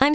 I'm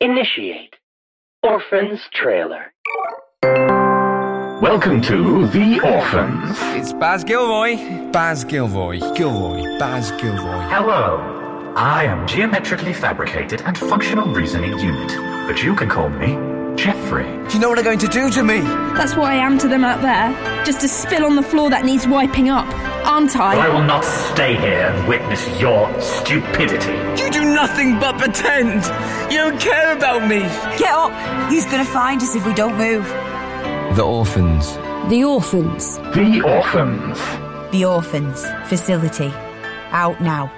Initiate Orphans Trailer. Welcome to The Orphans. It's Baz Gilroy. Baz Gilroy. Gilroy. Baz Gilroy. Hello. I am Geometrically Fabricated and Functional Reasoning Unit, but you can call me Jeffrey. You know what they're going to do to me? That's what I am to them out there. Just a spill on the floor that needs wiping up, aren't I I? will not stay here and witness your stupidity. You do nothing but pretend. You don't care about me. Get up! He's going to find us if we don't move. The orphans. The orphans. The Orphans. The orphans. Facility. Out now.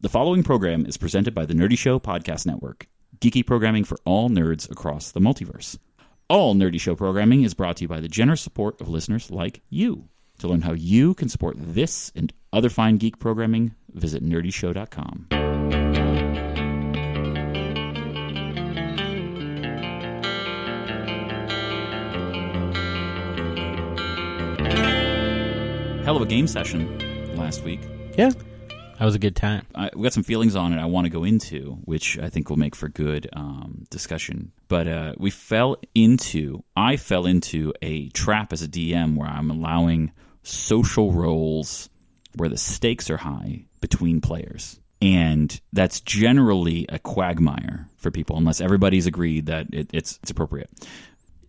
The following program is presented by the Nerdy Show Podcast Network, geeky programming for all nerds across the multiverse. All Nerdy Show programming is brought to you by the generous support of listeners like you. To learn how you can support this and other fine geek programming, visit nerdyshow.com. Hell of a game session last week. Yeah. That was a good time. I, we got some feelings on it I want to go into, which I think will make for good um, discussion. But uh, we fell into, I fell into a trap as a DM where I'm allowing social roles where the stakes are high between players. And that's generally a quagmire for people, unless everybody's agreed that it, it's, it's appropriate.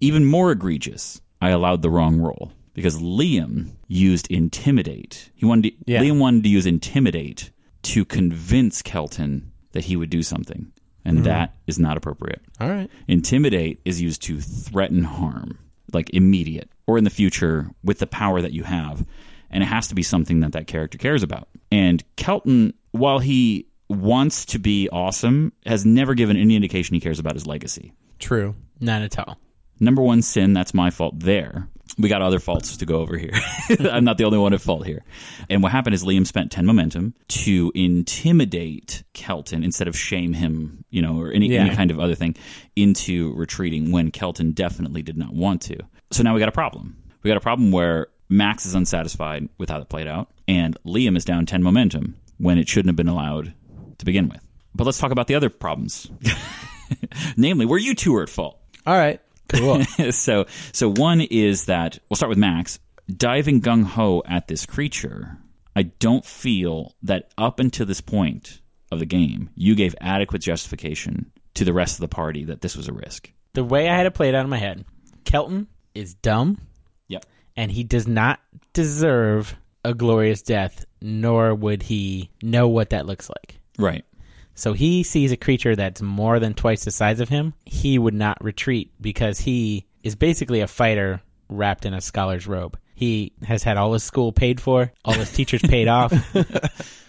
Even more egregious, I allowed the wrong role because Liam used intimidate. He wanted to, Yeah. Liam wanted to use intimidate to convince Kelton that he would do something, and that is not appropriate. All right. Intimidate is used to threaten harm, like immediate or in the future with the power that you have. And it has to be something that that character cares about. And Kelton, while he wants to be awesome, has never given any indication he cares about his legacy. True. Not at all. Number one sin, that's my fault there. We got other faults to go over here. I'm not the only one at fault here. And what happened is Liam spent 10 momentum to intimidate Kelton instead of shame him, you know, or any, any Yeah. kind of other thing into retreating when Kelton definitely did not want to. So now we got a problem. We got a problem where Max is unsatisfied with how that played out and Liam is down 10 momentum when it shouldn't have been allowed to begin with. But let's talk about the other problems. Namely, where you two are at fault All right. Cool. so so one is that we'll start with Max diving gung ho at this creature. I don't feel that up until this point of the game, you gave adequate justification to the rest of the party that this was a risk. the way I had it played out in my head, Kelton is dumb Yep. and he does not deserve a glorious death, nor would he know what that looks like. Right. So he sees a creature that's more than twice the size of him. He would not retreat because he is basically a fighter wrapped in a scholar's robe. He has had all his school paid for, all his teachers paid off,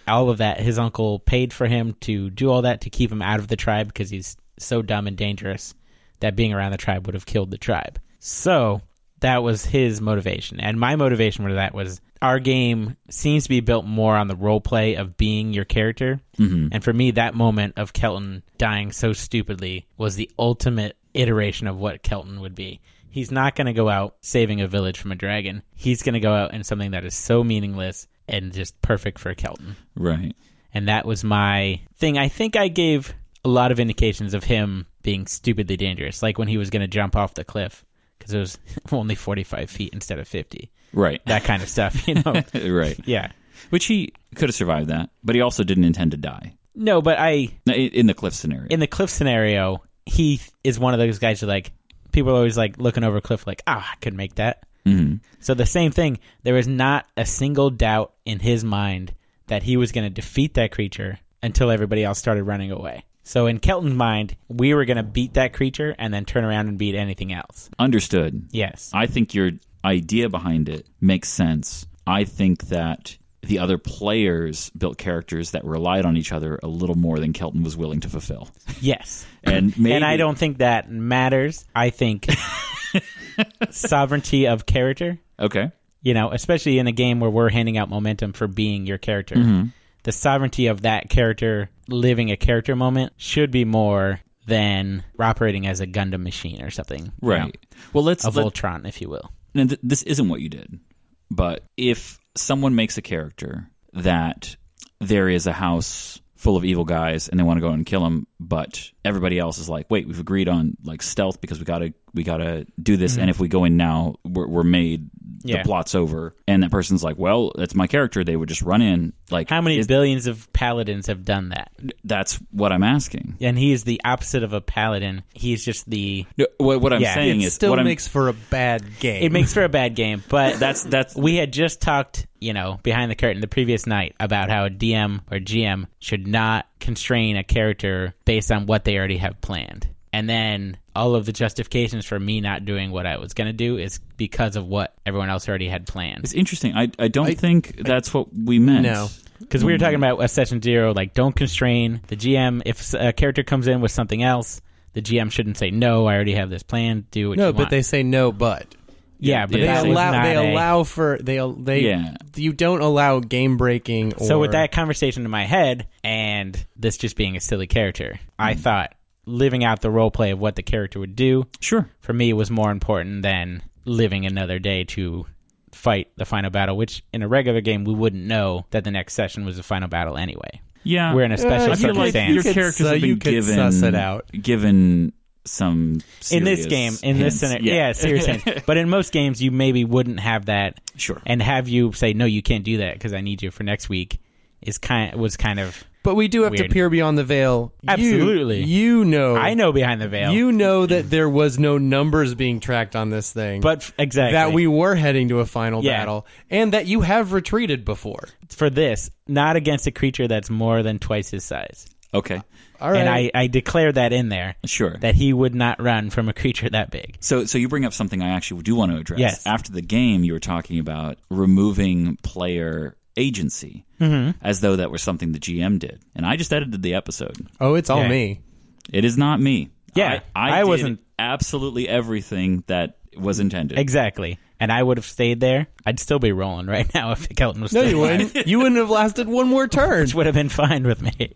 all of that. His uncle paid for him to do all that to keep him out of the tribe because he's so dumb and dangerous that being around the tribe would have killed the tribe. So that was his motivation. And my motivation for that was our game seems to be built more on the role play of being your character. And for me, that moment of Kelton dying so stupidly was the ultimate iteration of what Kelton would be. He's not going to go out saving a village from a dragon. He's going to go out in something that is so meaningless and just perfect for Kelton Right. and that was my thing. I think I gave a lot of indications of him being stupidly dangerous, like when he was going to jump off the cliff because it was only 45 feet instead of 50. Right. That kind of stuff, you know? right. yeah. Which he could have survived that, but he also didn't intend to die No, but I, No, in in the cliff scenario. in the cliff scenario, he is one of those guys who, like, people are always like looking over a cliff, like, ah, I could make that. Mhm. So the same thing. There was not a single doubt in his mind that he was going to defeat that creature until everybody else started running away. So in Kelton's mind, we were going to beat that creature and then turn around and beat anything else. Understood. Yes. I think your idea behind it makes sense. I think that the other players built characters that relied on each other a little more than Kelton was willing to fulfill. Yes. And maybe- and I don't think that matters. I think sovereignty of character, Okay. you know, especially in a game where we're handing out momentum for being your character. Mm-hmm. The sovereignty of that character living a character moment should be more than operating as a Gundam machine or something. you know, Right. Well, let's a let- Voltron, if you will. now th- this isn't what you did, but if someone makes a character that there is a house full of evil guys and they want to go and kill them, but everybody else is like, wait, we've agreed on like stealth because we gotta we gotta do this, and if we go in now, we're, we're made. Yeah. The plot's over, and that person's like, "Well, that's my character." They would just run in. Like, How many is- billions of paladins have done that? that's what I'm asking. And he is the opposite of a paladin. He's just the. No, what, what I'm Yeah. saying it is, still what I'm- makes for a bad game. It makes for a bad game, but that's that's we had just talked, you know, behind the curtain the previous night about how a DM or GM should not constrain a character based on what they already have planned. And then all of the justifications for me not doing what I was going to do is because of what everyone else already had planned. It's interesting. I I don't think that's what we meant. No. Because we were talking about a session zero, like don't constrain the GM. If a character comes in with something else, the GM shouldn't say no. I already have this plan. Do what no, you but want. they say no, but yeah, but they that was allow not they a- allow for they al- they Yeah. you don't allow game breaking. Or, So with that conversation in my head and this just being a silly character, I Hmm. thought living out the role play of what the character would do Sure. for me was more important than living another day to fight the final battle, which in a regular game we wouldn't know that the next session was the final battle anyway. Yeah. We're in a special I feel like circumstance. your Uh, could characters su- have been you could given suss it out. given some in this serious game, in hints. this scenario, yeah, serious hints. But in most games, you maybe wouldn't have that. Sure. And have you say no, you can't do that because I need you for next week. Is kind was kind of but we do have Weird. to peer beyond the veil. You- Absolutely. you, know, I know behind the veil. you know that there was no numbers being tracked on this thing, but f- exactly that we were heading to a final Yeah. battle, and that you have retreated before. for this, not against a creature that's more than twice his size. Okay. All right, And I, I declare that in there Sure. that he would not run from a creature that big. So, so you bring up something I actually do want to address. Yes. After the game, you were talking about removing player agency Mm-hmm. as though that was something the GM did, and I just edited the episode. oh, it's all Yeah. me. It is not me. Yeah, I, I, I did wasn't- absolutely everything that was intended. Exactly. And I would have stayed there. I'd still be rolling right now if the Kelton was No, still you alive, wouldn't. you wouldn't have lasted one more turn. Which would have been fine with me.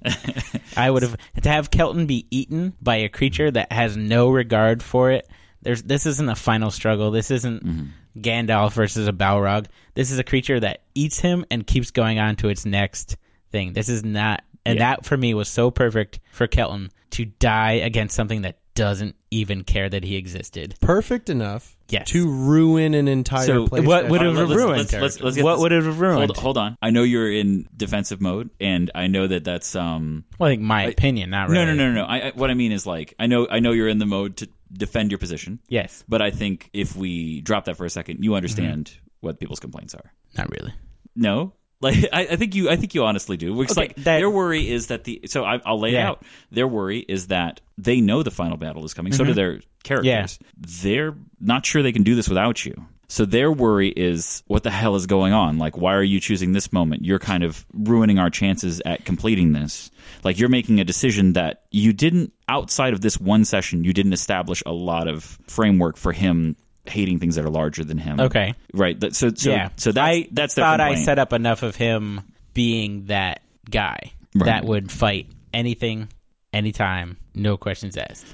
I would have to have Kelton be eaten by a creature that has no regard for it. There's this isn't a final struggle. This isn't Gandalf versus a Balrog. This is a creature that eats him and keeps going on to its next thing. This is not and that for me was so perfect for Kelton to die against something that doesn't even care that he existed. Perfect enough Yes. to ruin an entire So- place. What would All have right, let's- ruined? let's- let's- let's get what this- would it have ruined? Hold, hold on. I know you're in defensive mode, and I know that that's um. Well, I think my opinion, not really. No, no, no, no. no. I, I, what I mean is like I know I know you're in the mode to defend your position. Yes, But I think if we drop that for a second, you understand Mm-hmm. what people's complaints are. not really. No. Like I, I think you, I think you honestly do. Because Okay, like that- their worry is that the so I, I'll lay it Yeah. out. Their worry is that they know the final battle is coming. So Mm-hmm. do their characters. They're not sure they can do this without you. So their worry is what the hell is going on? Like why are you choosing this moment? You're kind of ruining our chances at completing this. Like you're making a decision that you didn't outside of this one session. You didn't establish a lot of framework for him hating things that are larger than him. Okay. Right. That- So so yeah. so that's I that's their thought I complaint. set up enough of him being that guy Right. that would fight anything, anytime, no questions asked.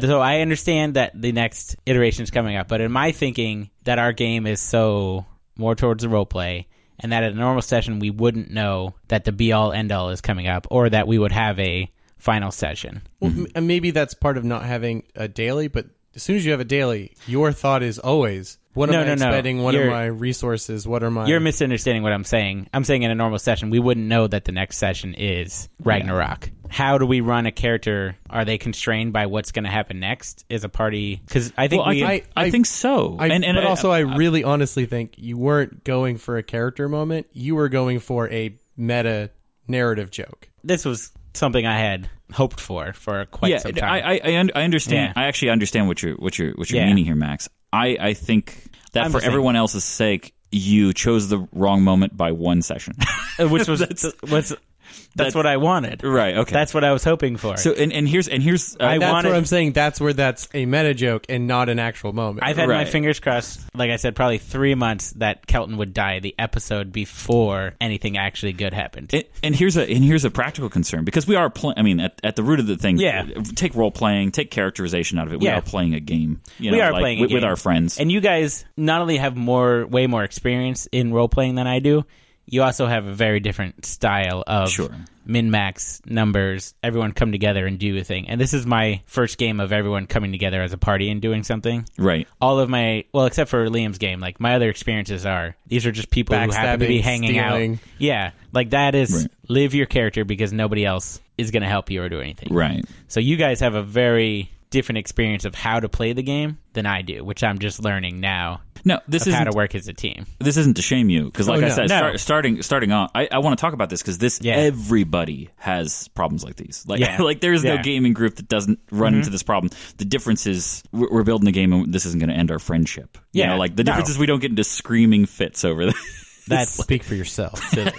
So I understand that the next iteration is coming up, but in my thinking, that our game is so more towards the role play, and that at a normal session we wouldn't know that the be all end all is coming up, or that we would have a final session. Well, m- and maybe that's part of not having a daily, but as soon as you have a daily, your thought is always, what No, am no, I no. expending? What are You're- my resources? What are my. You're misunderstanding what I'm saying. I'm saying in a normal session, we wouldn't know that the next session is Ragnarok. How do we run a character? Are they constrained by what's going to happen next? Is a party because I think Well, I, we, think- I think so. I, and, and but I- also, I, really honestly think you weren't going for a character moment. You were going for a meta narrative joke. this was something I had hoped for for quite yeah, some and time. I, I, I, un- I understand. Yeah. I actually understand what you're what you're what you're Yeah. meaning here, Max. I, I think that I'm for just saying- everyone else's sake, you chose the wrong moment by one session. which was That's- that's, was, that's, what I wanted. right. Okay. That's what I was hoping for. so. And, and here's and here's. uh, I That's wanted- what I'm saying. That's where that's a meta joke and not an actual moment. I've had my Right. fingers crossed, like I said, probably three months that Kelton would die the episode before anything actually good happened. and, and here's a and here's a practical concern because we are playing. I mean, at, at the root of the thing, Yeah. Take role playing, take characterization out of it. We Yeah. are playing a game. You we know, are like, playing a with, with game. our friends. and you guys not only have more, way more experience in role playing than I do. You also have a very different style of Sure. min max numbers. Everyone come together and do a thing. And this is my first game of everyone coming together as a party and doing something. right. all of my well except for liam's game like my other experiences are these are just people who happen to Backstabbing, be hanging out stealing. yeah like that is Right. live your character because nobody else is going to help you or do anything Right. so you guys have a very different experience of how to play the game than i do which i'm just learning now No, this of is how to work as a team this isn't to shame you because like Oh, i no. said No. start, starting starting on i, I want to talk about this because this Yeah. everybody has problems like these like Yeah. like there is Yeah. Mm-hmm. no gaming group that doesn't run into this problem the difference is we're, we're building a game and this isn't going to end our friendship you Yeah. know like the difference No. is we don't get into screaming fits over this that's Speak for yourself.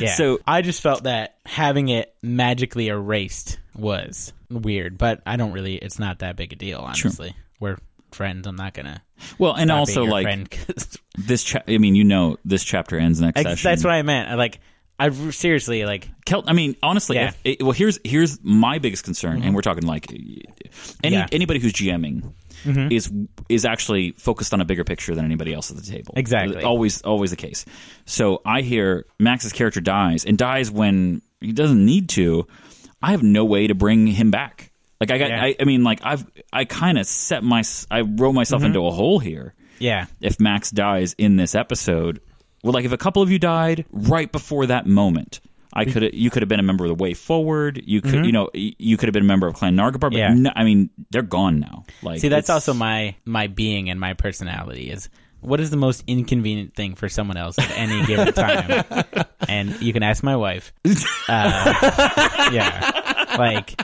Yeah. So- I just felt that having it magically erased was weird, but I don't really. It's not that big a deal, honestly. We're friends. I'm not gonna. well and stop also being your like friend 'cause- this cha- i mean you know this chapter ends next Ex- session that's what I meant. I, Like I r- seriously like. Kel- I mean, honestly, Yeah. Mm-hmm. if, it, well, here's here's my biggest concern, and we're talking like any Yeah. Mm-hmm. anybody who's GMing is is actually focused on a bigger picture than anybody else at the table. Exactly. always always the case. So I hear Max's character dies and dies when he doesn't need to. I have no way to bring him back. Like I got, Yeah. I, I mean, like I've I kind of set my I roll Mm-hmm. myself into a hole here Yeah. if Max dies in this episode. Well, like if a couple of you died right before that moment, I could you could have been a member of the Way Forward. You could you know y- you could have been a member of Clan Nargabar. But Mm-hmm. Yeah. no, I mean they're gone now. Like See, it's- that's also my my being and my personality is. What is the most inconvenient thing for someone else at any given time? and you can ask my wife. Uh, yeah, like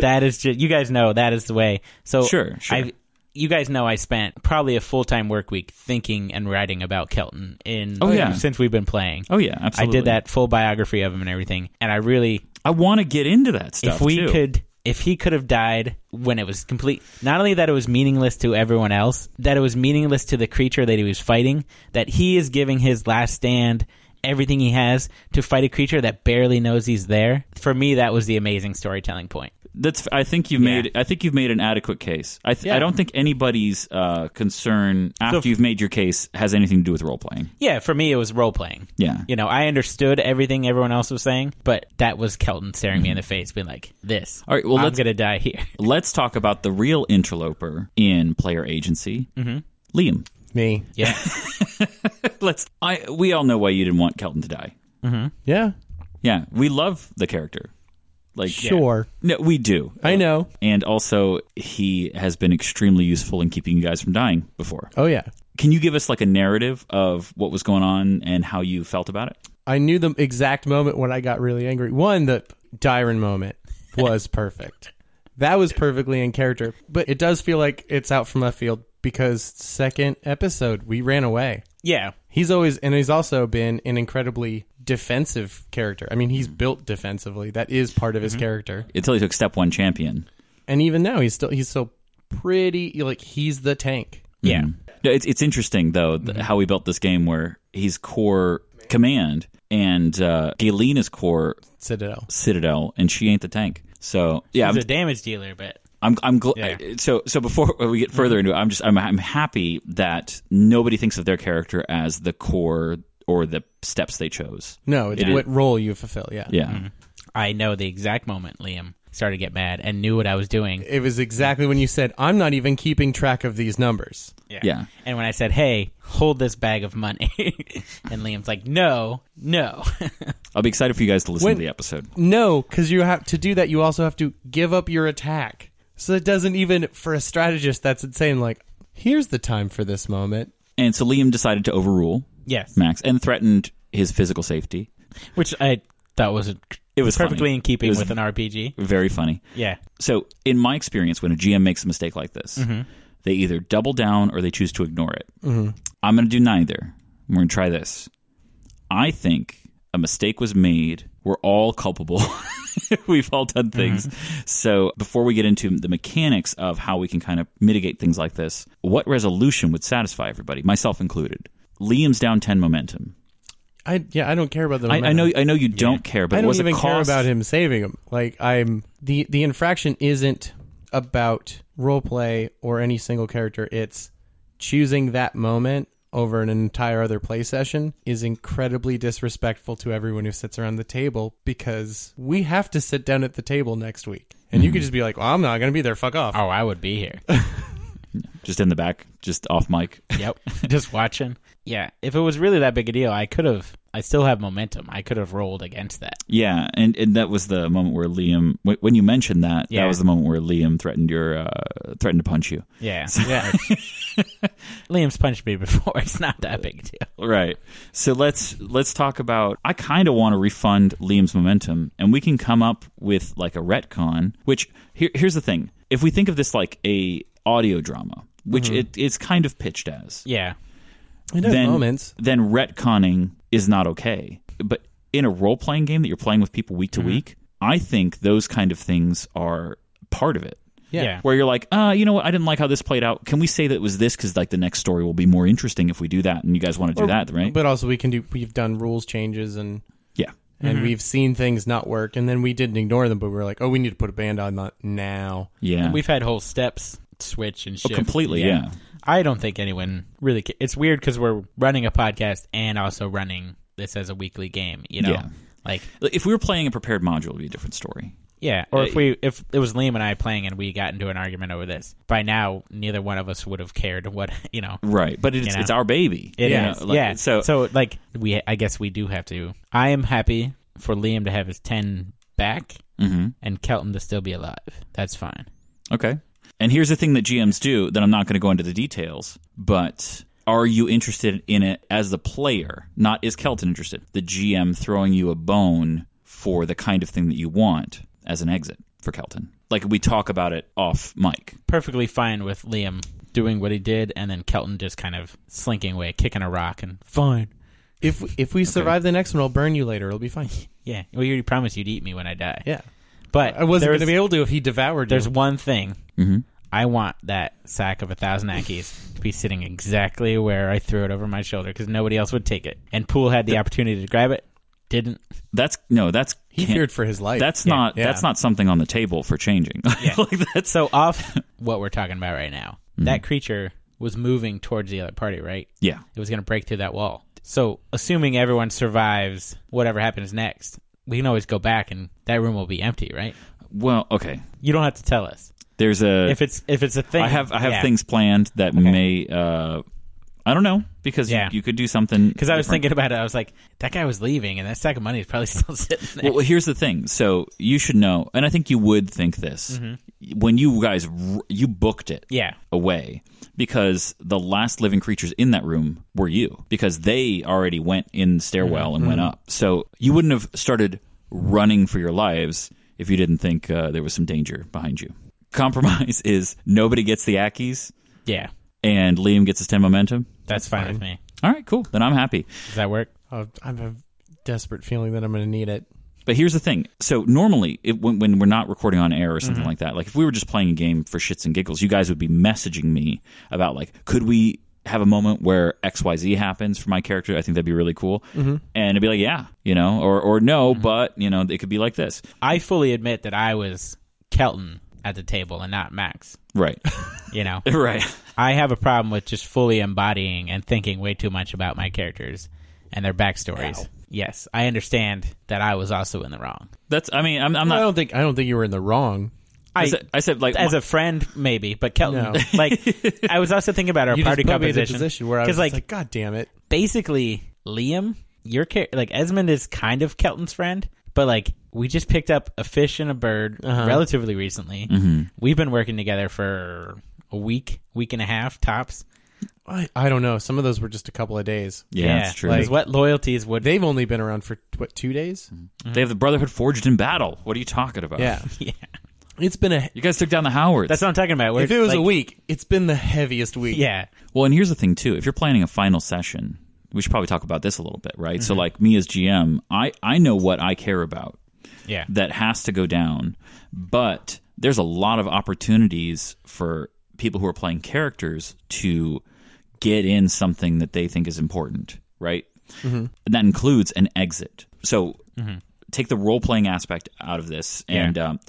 that is just you guys know that is the way. So Sure, sure. I, you guys know I spent probably a full time work week thinking and writing about Kelton in Oh, yeah. since we've been playing. Oh yeah, I absolutely. did that full biography of him and everything, and I really I want to get into that stuff. if we too. could if he could have died when it was complete not only that it was meaningless to everyone else that it was meaningless to the creature that he was fighting that he is giving his last stand everything he has to fight a creature that barely knows he's there for me that was the amazing storytelling point that's I think you've Yeah. made I think you've made an adequate case. I th- I don't think anybody's uh, concern after if- you've made your case has anything to do with role playing. yeah for me it was role playing Yeah. you know i understood everything everyone else was saying but that was kelton staring me in the face being like this All right, well, i'm let's- gonna die here Let's talk about the real interloper in player agency, mm-hmm. Liam. Me. yeah let's i we all know why you didn't want kelton to die Mm-hmm. Yeah. yeah we love the character like Sure. yeah. no we do I know. and also he has been extremely useful in keeping you guys from dying before Oh yeah. can you give us like a narrative of what was going on and how you felt about it I knew the exact moment when I got really angry. One, the Dyron moment was perfect. That was perfectly in character, but it does feel like it's out from left field because second episode we ran away. yeah He's always and he's also been an incredibly defensive character. I mean, he's Mm-hmm. built defensively. That is part of his character. until he took step one champion And even now he's still he's still pretty like he's the tank. yeah Mm-hmm. No, it's, it's interesting though Mm-hmm. th- how we built this game where he's core command and uh, Galen is core Citadel. citadel and she ain't the tank so yeah I'm- he's a damage dealer but I'm I'm gl- Yeah. I- so so before we get further into it, I'm just I'm I'm happy that nobody thinks of their character as the core or the steps they chose. No, it's Yeah. what role you fulfill, yeah. Yeah. I know the exact moment Liam started to get mad and knew what I was doing. It was exactly when you said, I'm not even keeping track of these numbers. Yeah. And when I said, "Hey, hold this bag of money," and Liam's like, "No, no." I'll be excited for you guys to listen When- to the episode. No, because you have to do that. You also have to give up your attack. So it doesn't even for a strategist. That's insane. Like, here's the time for this moment. And so Liam decided to overrule yes, Max and threatened his physical safety. which I thought was a, It was perfectly funny. in keeping It was- with an RPG. Very funny. Yeah, Mm-hmm. So in my experience, when a GM makes a mistake like this, They either double down or they choose to ignore it. I'm going to do neither. We're going to try this. I think a mistake was made. We're all culpable. We've all done Mm-hmm. things. So, before we get into the mechanics of how we can kind of mitigate things like this, what resolution would satisfy everybody, myself included? Liam's down 10 momentum. I yeah, I don't care about the. I, I momentum. know I know you don't care, but I it don't was even a care cost. about him saving him. Like I'm the the infraction isn't about role play or any single character. It's choosing that moment over an entire other play session is incredibly disrespectful to everyone who sits around the table because we have to sit down at the table next week. And you could just be like, "Well, I'm not going to be there. Fuck off." Oh, I would be here. Just in the back, just off mic. Yep. Just watching. Yeah. If it was really that big a deal, I could have. I still have momentum. I could have rolled against that. Yeah, and, and that was the moment where Liam. wh- When you mentioned that, that Yeah. was the moment where Liam threatened your uh, threatened to punch you. Yeah. yeah. Liam's punched me before. It's not that big a deal. Right. So let's let's talk about. I kind of want to refund Liam's momentum, and we can come up with like a retcon. Which here, here's the thing: if we think of this like a audio drama, which it, it's kind of pitched as, Yeah. Mm-hmm. It has then moments. then retconning is not okay. But in a role playing game that you're playing with people week to Mm-hmm. week, I think those kind of things are part of it. Yeah. Yeah. Where you're like, uh, you know what? I didn't like how this played out. Can we say that it was this? Because like the next story will be more interesting if we do that, and you guys want to do Or- that, right? But also, we can do. We've done rules changes and yeah. and we've seen things not work, and then we didn't ignore them, but we were like, "Oh, we need to put a band on that now." Yeah. Oh, We've had whole steps switch and shift. completely, yeah. I don't think anyone really. Ca- it's weird because we're running a podcast and also running this as a weekly game. You know, Yeah. like if we were playing a prepared module, it'd be a different story. yeah. Or if Uh, we if it was Liam and I playing and we got into an argument over this, by now neither one of us would have cared what you know. Right. But it's, You know? it's our baby. It is, You know, yeah, like, So, So, so like we, I guess we do have to. I am happy for Liam to have his ten back Mhm. and Kelton to still be alive. That's fine. okay. And here's the thing that GMs do that I'm not going to go into the details, but are you interested in it as the player? Not is Kelton interested? The GM throwing you a bone for the kind of thing that you want as an exit for Kelton. Like we talk about it off mic. Perfectly fine with Liam doing what he did, and then Kelton just kind of slinking away, kicking a rock, and fine. If if we survive the next one, I'll burn you later. It'll be fine. Yeah, well, you already promised you'd eat me when I die. Yeah, but I wasn't there's- going to be able to if he devoured. There's you. one thing. Mm-hmm. I want that sack of a thousand Akis to be sitting exactly where I threw it over my shoulder because nobody else would take it. And Poole had the opportunity to grab it, didn't. That's no, that's he can't- feared for his life. That's Yeah. not Yeah. that's not something on the table for changing. like that's So off what we're talking about right now, Mm-hmm. that creature was moving towards the other party, right? yeah. It was going to break through that wall. So assuming everyone survives whatever happens next, we can always go back and that room will be empty, right? Well, okay. You don't have to tell us There's a if it's if it's a thing. I have I have yeah. things planned that may uh I don't know because Yeah. you, you could do something Because I was different. thinking about it, I was like, that guy was leaving, and that sack of money is probably still sitting there. Well, here's the thing. So you should know, and I think you would think this when you guys r- you booked it yeah, away because the last living creatures in that room were you because they already went in the stairwell and went up. So you wouldn't have started running for your lives if you didn't think uh, there was some danger behind you. Compromise is nobody gets the Ackies yeah, and Liam gets his 10 momentum. that's, fine, with me. All right, cool. Then I'm happy. Does that work? Oh, I have a desperate feeling that I'm going to need it. But here's the thing. So normally, it, when, when we're not recording on air or something Mm-hmm. like that, like if we were just playing a game for shits and giggles, you guys would be messaging me about like, could we have a moment where X Y Z happens for my character? I think that'd be really cool. Mm-hmm. And it'd be like, yeah, you know, or or no, but you know, it could be like this, I fully admit that I was Kelton at the table and not Max. right? You know, right. I have a problem with just fully embodying and thinking way too much about my characters and their backstories. Yes, I understand that I was also in the wrong. That's. I mean, I'm, I'm I not. don't think I don't think you were in the wrong. I, I- said, I said like As a friend, maybe, but Kelton, No. like, I was also thinking about our You party just put me in a composition position where I was 'Cause, like, "God damn it!" basically Liam, your char- like Esmond is kind of Kelton's friend, but like we just picked up a fish and a bird Uh-huh. relatively recently. Mm-hmm. We've been working together for a week, week and a half tops. I, I don't know. Some of those were just a couple of days. yeah, that's true. 'cause what loyalties would They've only been around for what two days? they have the Brotherhood forged in battle. What are you talking about? Yeah, yeah. It's been a. You guys took down the Howards. That's what I'm talking about. We're- if it was like- a week, it's been the heaviest week. yeah, Well, and here's the thing too: if you're planning a final session, we should probably talk about this a little bit, right? So, like me as GM, I I know what I care about yeah, that has to go down, but there's a lot of opportunities for people who are playing characters to get in something that they think is important, right? And that includes an exit. So take the role playing aspect out of this. And um,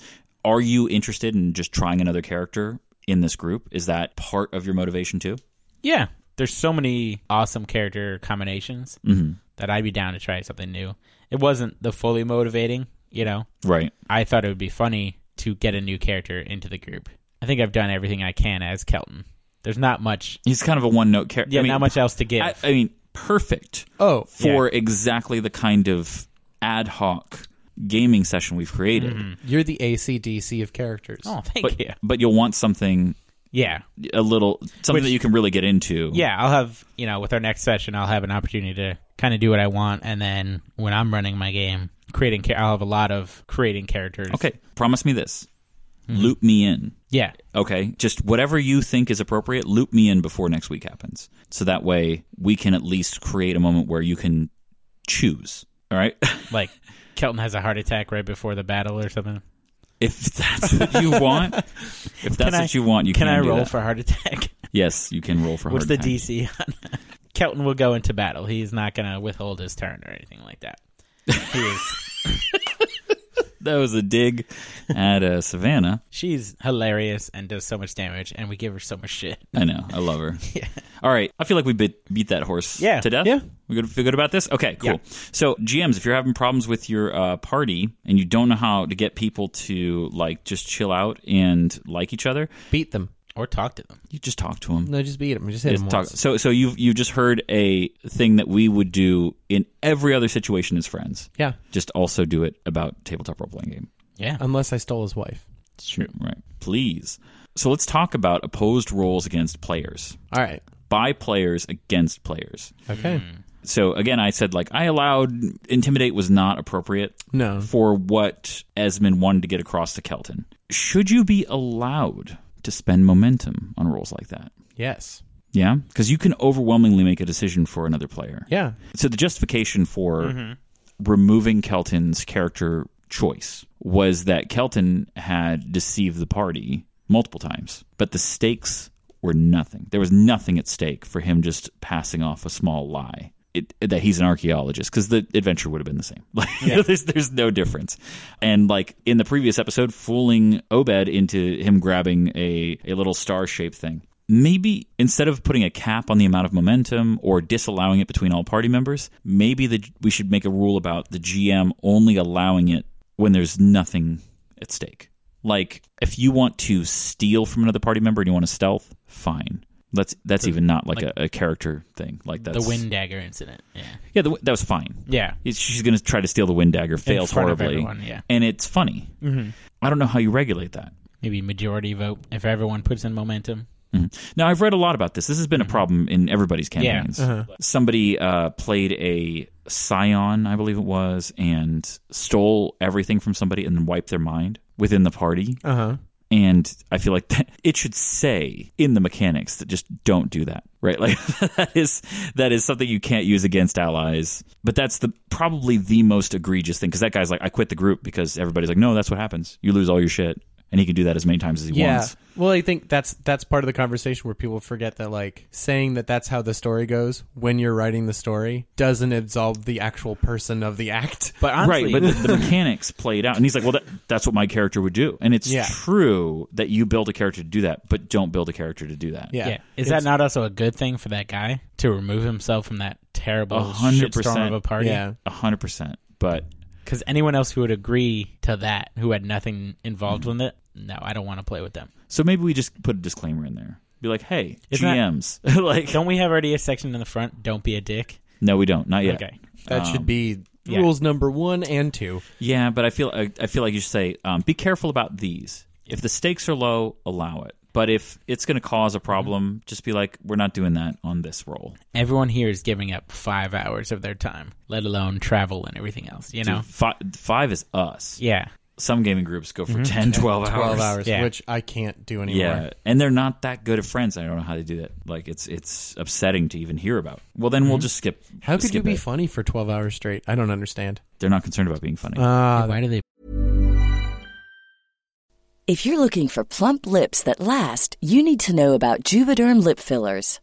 are you interested in just trying another character in this group? Is that part of your motivation too? yeah. There's so many awesome character combinations Mm-hmm. that I'd be down to try something new. It wasn't the fully motivating, you know. Right. I thought it would be funny to get a new character into the group. I think I've done everything I can as Kelton. There's not much, He's kind of a one note character. yeah, not much else to give. I, I mean, perfect. Oh, for exactly the kind of ad hoc gaming session we've created. you're the ACDC of characters. oh, Mm-hmm. thank But you. but you'll want something Yeah, a little something Which- that you can really get into. yeah. I'll have you know, with our next session, I'll have an opportunity to kind of do what I want, and then when I'm running my game, creating, cha- I'll have a lot of creating characters. Okay. Promise me this. Mm-hmm. Loop me in. Yeah, Okay. Just whatever you think is appropriate, loop me in before next week happens. So that way we can at least create a moment where you can choose. All right. like Kelton has a heart attack right before the battle or something. if that's what you want, if that's Can I- what you want, you can can I do roll that. for heart attack? Yes, you can roll for What's hard the time. DC on? Kelton will go into battle. He's not going to withhold his turn or anything like that. He is. That was a dig at uh, Savannah. She's hilarious and does so much damage, and we give her so much shit. I know. I love her. All right. I feel like we beat, beat that horse Yeah. to death. Yeah. We good, feel good about this? Okay, cool. Yeah. So, GMs, if you're having problems with your uh, party and you don't know how to get people to like just chill out and like each other, Beat them. Or talk to them. you just talk to them. No, just beat them. Just hit them. talk. So, so you've you just heard a thing that we would do in every other situation as friends. Yeah, Just also do it about tabletop role playing game. Yeah. unless I stole his wife. It's true. Right. Please. So let's talk about opposed roles against players. All right. By players against players. Okay. Mm. So again, I said like I allowed intimidate was not appropriate No. for what Esmond wanted to get across to Kelton. Should you be allowed to spend momentum on rolls like that? Yes. Yeah, because you can overwhelmingly make a decision for another player. Yeah. So the justification for removing Kelton's character choice was that Kelton had deceived the party multiple times, but the stakes were nothing. There was nothing at stake for him just passing off a small lie. It, that he's an archaeologist because the adventure would have been the same. Like, there's there's no difference, and like in the previous episode, fooling Obed into him grabbing a a little star shaped thing maybe instead of putting a cap on the amount of momentum or disallowing it between all party members, maybe the, we should make a rule about the GM only allowing it when there's nothing at stake. Like if you want to steal from another party member and you want to stealth, fine. That's that's even not like, a, a character thing. Like that's The wind dagger incident. Yeah. Yeah, the, wind- that was fine. Yeah. It's- She's going to try to steal the wind dagger, fails front of horribly, everyone, yeah. and it's funny. Mm-hmm. I don't know how you regulate that. Maybe majority vote if everyone puts in momentum. Mm-hmm. Now I've read a lot about this. This has been a problem in everybody's campaigns. Somebody uh, played a scion, I believe it was, and stole everything from somebody and then wiped their mind within the party. Uh huh. And I feel like that, it should say in the mechanics that just don't do that, right? Like that is that is something you can't use against allies. But that's the probably the most egregious thing because that guy's like, I quit the group because everybody's like, no, that's what happens. You lose all your shit, and he can do that as many times as he Yeah. wants. Well, I think that's that's part of the conversation where people forget that like saying that that's how the story goes when you're writing the story doesn't absolve the actual person of the act. But honestly, right, but the, the mechanics played out, and he's like, "Well, that, that's what my character would do," and it's Yeah. true that you build a character to do that, but don't build a character to do that. Yeah. yeah. Is that not also a good thing for that guy to remove himself from that terrible A hundred shitstorm of a percent. party? Yeah. a hundred percent. But Because anyone else who would agree to that, who had nothing involved with it, no, I don't want to play with them. so maybe we just put a disclaimer in there, be like, "Hey, Isn't that- GMs, like, Don't we have already a section in the front? Don't be a dick. no, we don't, not yet." Okay. That should be yeah. rules number one and two. Yeah, but I feel I, I feel like you should say, um, "Be careful about these. If the stakes are low, allow it." But if it's going to cause a problem, just be like, we're not doing that on this roll. Everyone here is giving up five hours of their time, let alone travel and everything else, you know? Five, five is us. Yeah. Mm-hmm. some gaming groups go for ten, twelve 10, 12 hours. 12 hours, Yeah. which I can't do anymore. Yeah, and they're not that good at friends. I don't know how they do that. Like it's it's upsetting to even hear about. Well, then we'll just skip. Mm-hmm. How could you skip be it. funny for 12 hours straight? I don't understand. They're not concerned about being funny. Uh, Why do they? If you're looking for plump lips that last, you need to know about Juvederm lip fillers.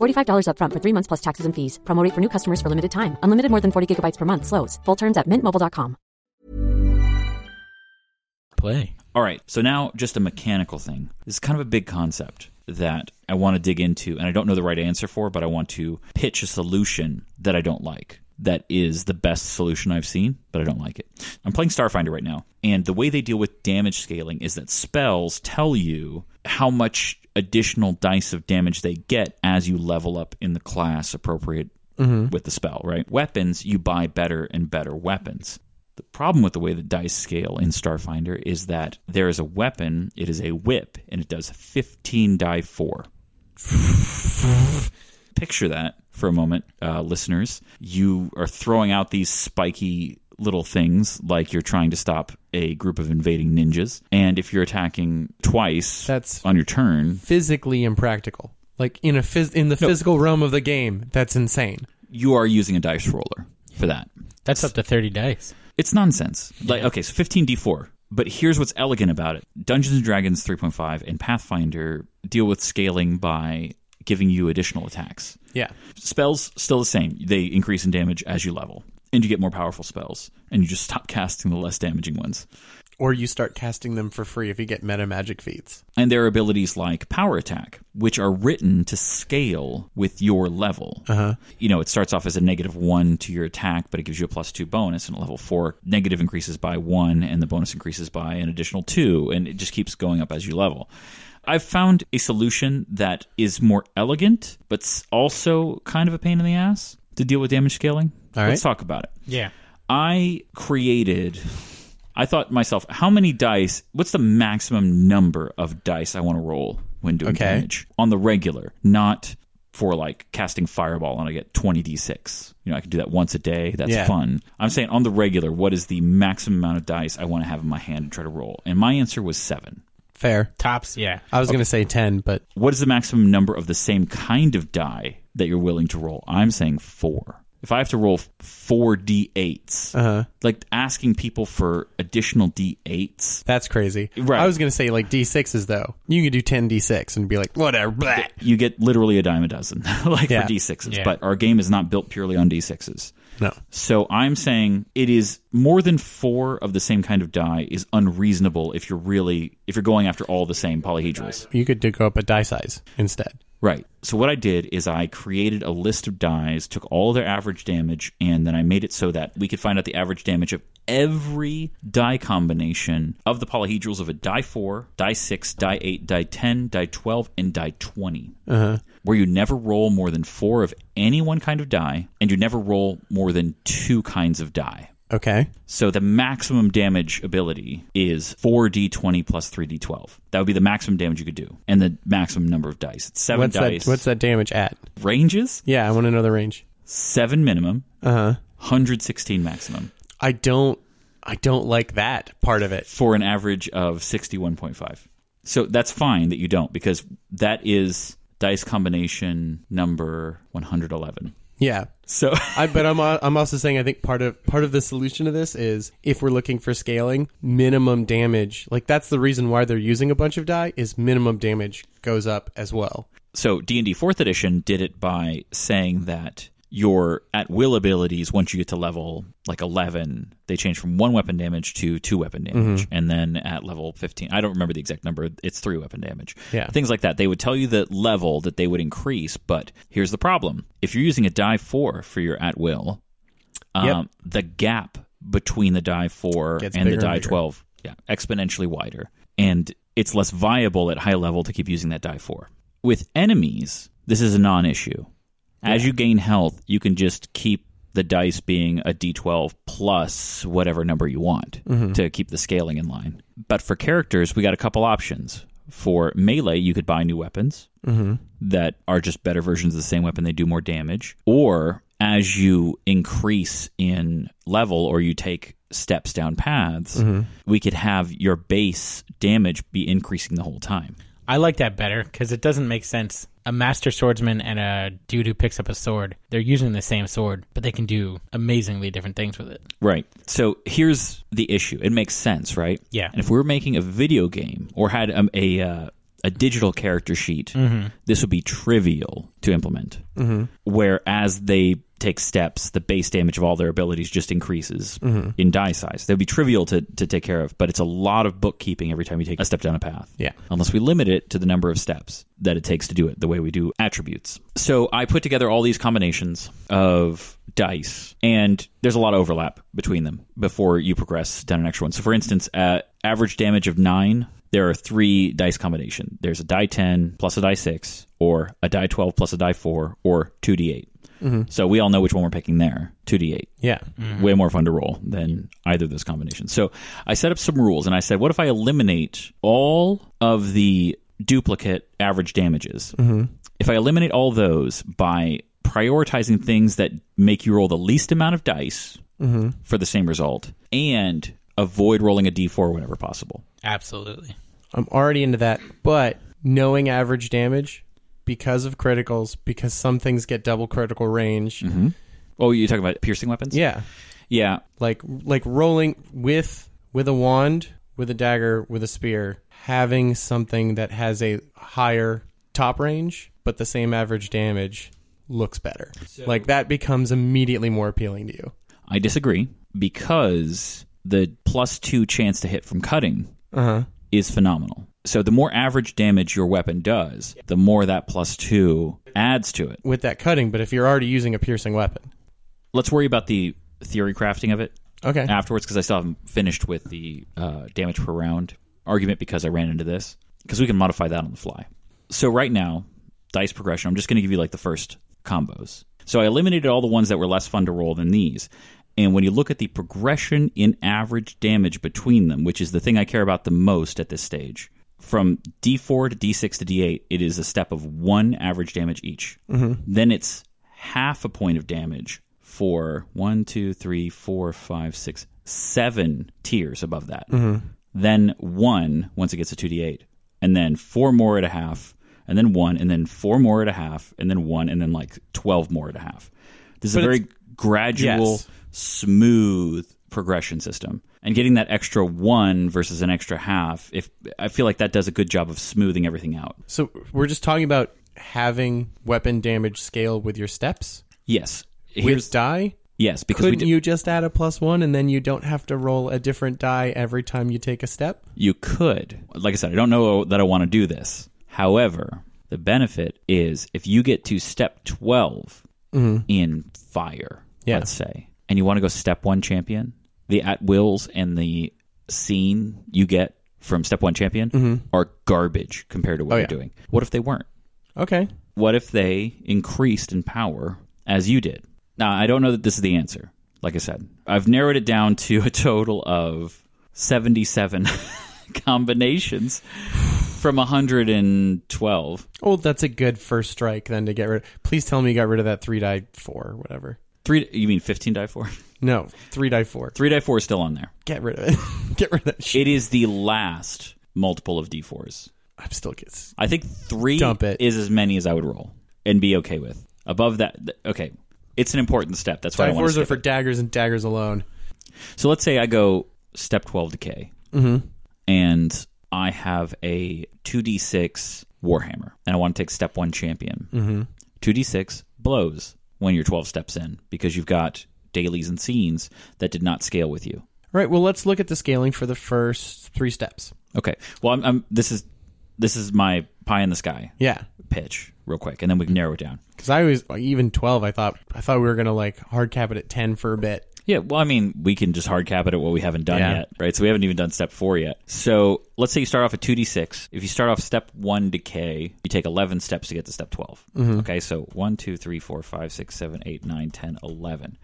$45 upfront for three months plus taxes and fees. Promo rate for new customers for limited time. Unlimited more than 40 gigabytes per month. Slows. Full terms at mintmobile.com. Play. All right, so now just a mechanical thing. This is kind of a big concept that I want to dig into, and I don't know the right answer for, but I want to pitch a solution that I don't like. That is the best solution I've seen, but I don't like it. I'm playing Starfinder right now, and the way they deal with damage scaling is that spells tell you how much additional dice of damage they get as you level up in the class appropriate with the spell, right? Weapons, you buy better and better weapons. The problem with the way the dice scale in Starfinder is that there is a weapon, it is a whip, and it does 15 die 4. Picture that for a moment, uh, listeners. You are throwing out these spiky little things like you're trying to stop a group of invading ninjas. And if you're attacking twice That's- on your turn, physically impractical. Like in a phys- in the No. physical realm of the game, that's insane. you are using a dice roller for that. That's up to thirty dice. It's nonsense. Like okay, so 15d4. But here's what's elegant about it. Dungeons and Dragons 3.5 and Pathfinder deal with scaling by giving you additional attacks. Yeah. Spells still the same. They increase in damage as you level. And you get more powerful spells and you just stop casting the less damaging ones. Or you start casting them for free if you get meta magic feats. And there are abilities like Power Attack, which are written to scale with your level. Uh-huh. You know, it starts off as a negative one to your attack, but it gives you a plus two bonus. And at level four, negative increases by one, and the bonus increases by an additional two. And it just keeps going up as you level. I've found a solution that is more elegant, but s- also kind of a pain in the ass to deal with damage scaling. All right. Let's talk about it. Yeah. I created. I thought to myself, how many dice? What's the maximum number of dice I want to roll when doing Okay. damage on the regular, not for like casting fireball and I get twenty d six. You know, I can do that once a day. That's Yeah. fun. I'm saying on the regular, what is the maximum amount of dice I want to have in my hand and try to roll? And my answer was seven. Fair. Tops. Yeah. I was going to say 10, but What is the maximum number of the same kind of die that you're willing to roll? I'm saying four. If I have to roll four d8s, uh like asking people for additional d8s that's crazy. Right. I was going to say like D6s though. You could do 10 D6 and be like, whatever. blah. you get literally a dime a dozen like Yeah. for d6s Yeah. but our game is not built purely on d6s No. so i'm saying it is more than four of the same kind of die is unreasonable if you're really if you're going after all the same polyhedrals You could do, go up a die size instead. Right. So what I did is I created a list of dies, took all their average damage, and then I made it so that we could find out the average damage of every die combination of the polyhedrals of a die 4, die 6, die 8, die 10, die 12, and die 20. Where you never roll more than 4 of any one kind of die and you never roll more than two kinds of die. Okay. So the maximum damage ability is 4d20 plus 3d12. That would be the maximum damage you could do and the maximum number of dice. It's seven what's dice. That, what's that damage at? Ranges? Yeah, I want to know the range. Seven minimum, Uh huh. 116 maximum I don't. I don't like that part of it. for an average of 61.5. So that's fine that you don't because that is dice combination number 111. Yeah. So I, but I'm al- I'm also saying I think part of part of the solution to this is if we're looking for scaling, minimum damage. Like that's the reason why they're using a bunch of die is minimum damage goes up as well. so d&d 4th edition did it by saying that your at will abilities once you get to level like 11 they change from one weapon damage to two weapon damage Mhm. and then at level 15 i don't remember the exact number it's three weapon damage Yeah. things like that they would tell you the level that they would increase but here's the problem if you're using a die 4 for your at will um, Yep. the gap between the die 4 Gets and the bigger and die bigger. 12 yeah exponentially wider and it's less viable at high level to keep using that die 4 with enemies this is a non-issue as you gain health you can just keep the dice being a d12 plus whatever number you want Mhm. to keep the scaling in line but for characters we got a couple options for melee you could buy new weapons Mm-hmm. that are just better versions of the same weapon. They do more damage. Or as you increase in level or you take steps down paths, Mhm. we could have your base damage be increasing the whole time. I like that better because it doesn't make sense. A master swordsman and a dude who picks up a sword, they're using the same sword, but they can do amazingly different things with it. Right. So here's the issue. It makes sense, right? Yeah. And if we were making a video game or had um, a uh, a digital character sheet, Mhm. this would be trivial to implement. Mhm. Whereas they take steps, the base damage of all their abilities just increases Mhm. in die size. That would be trivial to, to take care of, but it's a lot of bookkeeping every time you take a step down a path Yeah. unless we limit it to the number of steps that it takes to do it the way we do attributes. So I put together all these combinations of dice, and there's a lot of overlap between them before you progress down an extra one. So, for instance, at average damage of nine, there are three dice combination. There's a die 10 plus a die 6, or a die 12 plus a die 4, or 2d8. Mhm. So we all know which one we're picking there, 2d8 Yeah. way more fun to roll than either of those combinations. So I set up some rules and I said, what if I eliminate all of the duplicate average damages? Mhm. If I eliminate all those by prioritizing things that make you roll the least amount of dice Mhm. for the same result and avoid rolling a d4 whenever possible. Absolutely. I'm already into that, but knowing average damage because of criticals, because some things get double critical range. Mhm. Oh, you're talking about piercing weapons? Yeah. Yeah. like like rolling with with a wand with a dagger with a spear having something that has a higher top range but the same average damage looks better like that becomes immediately more appealing to you I disagree because the plus two chance to hit from cutting uh-huh is phenomenal. So the more average damage your weapon does, the more that plus two adds to it. with that cutting but if you're already using a piercing weapon Let's worry about the theory crafting of it okay afterwards because I still haven't finished with the uh, damage per round argument because I ran into this because we can modify that on the fly. So right now, dice progression. I'm just going to give you like the first combos. So I eliminated all the ones that were less fun to roll than these. And when you look at the progression in average damage between them, which is the thing I care about the most at this stage, from D4 to D6 to D8, it is a step of one average damage each. Mhm. Then it's half a point of damage for one, two, three, four, five, six, seven tiers above that. Mhm. Then one once it gets to 2d8, and then four more at a half, and then one, and then four more at a half, and then one, and then like 12 more at a half. This is But a very it's- gradual, Yes. smooth progression system. And getting that extra one versus an extra half, if I feel like that does a good job of smoothing everything out. so we're just talking about having weapon damage scale with your steps Yes. with die yes, because we couldn't did, you just add a plus one and then you don't have to roll a different die every time you take a step You could. Like I said, I don't know that I want to do this. However, the benefit is if you get to step 12 Mhm. in fire, Yeah. let's say, and you want to go step one champion, the at wills and the scene you get from step one champion Mhm. are garbage compared to what Oh, you're yeah. doing. What if they weren't? okay What if they increased in power as you did? Now, I don't know that this is the answer. like I said, I've narrowed it down to a total of 77 combinations from 112. Oh, that's a good first strike then to get rid. Please tell me you got rid of that three die four or whatever. Three, you mean 15 die 4? No, three die four. Three die 4 is still on there. Get rid of it. get rid of that. It is the last multiple of d4s. I'm still kids. I think three Dump it. is as many as I would roll and be okay with. Above that, th- okay, it's an important step. That's why I Die want to fours are skip for daggers and daggers alone. it. So let's say I go step twelve decay, Mhm. and I have a two d six warhammer, and I want to take step one champion. Mhm. 2d6 blows when you're 12 steps in because you've got dailies and scenes that did not scale with you. All right. Well, let's look at the scaling for the first three steps. Okay. Well, I'm, I'm this is this is my pie in the sky Yeah. pitch real quick and then we can narrow it down. Because I was like, even twelve. I thought I thought we were gonna like hard cap it at ten for a bit. Yeah, well, I mean, we can just hard cap it at what we haven't done Yeah. yet, right? So we haven't even done step four yet. So let's say you start off at 2d6. If you start off step one decay, you take 11 steps to get to step 12. Mhm. Okay, so 1, 2, 3, 4, 5, 6, 7, 8, 9, 10, 11.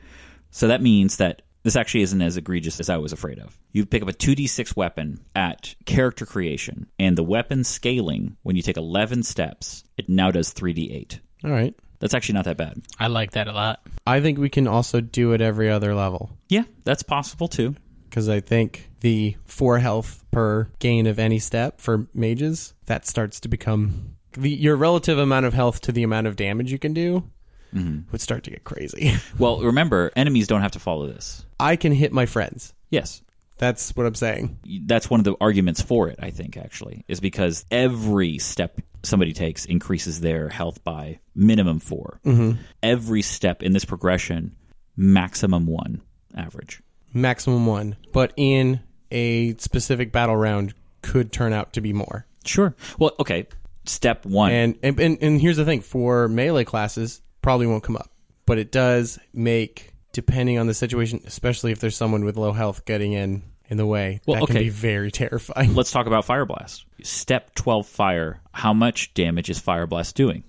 So that means that this actually isn't as egregious as I was afraid of. You pick up a 2d6 weapon at character creation, and the weapon scaling, when you take 11 steps, it now does 3d8. All right. That's actually not that bad. I like that a lot. I think we can also do it every other level Yeah, that's possible too. because I think the four health per gain of any step for mages that starts to become the, your relative amount of health to the amount of damage you can do would start to get crazy. Well, remember, enemies don't have to follow this. I can hit my friends. Yes. That's what I'm saying. That's one of the arguments for it, I think, actually, is because every step somebody takes increases their health by minimum 4 Mhm. Every step in this progression, maximum one average. Maximum one, but in a specific battle round could turn out to be more. Sure. Well, okay. Step one. And, and and and here's the thing for melee classes probably won't come up, but it does make depending on the situation, especially if there's someone with low health getting in in the way, Well, that can okay. be very terrifying. Let's talk about Fire Blast. Step 12 fire. How much damage is Fire Blast doing?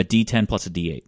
A D10 plus a D8.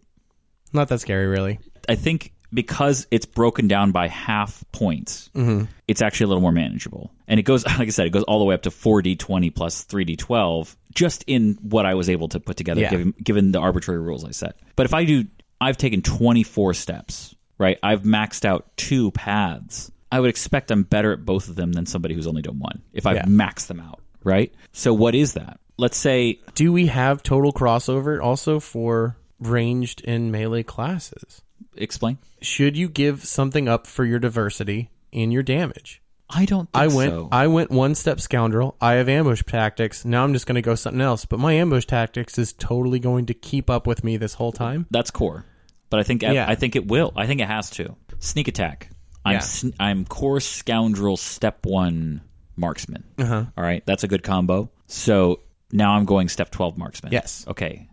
Not that scary, really. I think because it's broken down by half points, Mhm. it's actually a little more manageable. And it goes, like I said, it goes all the way up to 4d20 plus 3d12, just in what I was able to put together, Yeah. given, given the arbitrary rules I set. But if I do, I've taken 24 steps, right? I've maxed out two paths. I would expect I'm better at both of them than somebody who's only done one if I've Yeah. maxed them out, right? So what is that? Let's say Do we have total crossover also for ranged and melee classes? explain. Should you give something up for your diversity in your damage? I don't. I think went so. I went one step scoundrel. I have ambush tactics. Now I'm just going to go something else, but my ambush tactics is totally going to keep up with me this whole time. That's core, but I think Yeah. I, think it will. I think it has to. Sneak attack. I'm Yeah. sn- I'm core scoundrel step one marksman. Uh-huh. All right, that's a good combo. So now I'm going step twelve marksman. Yes. Okay.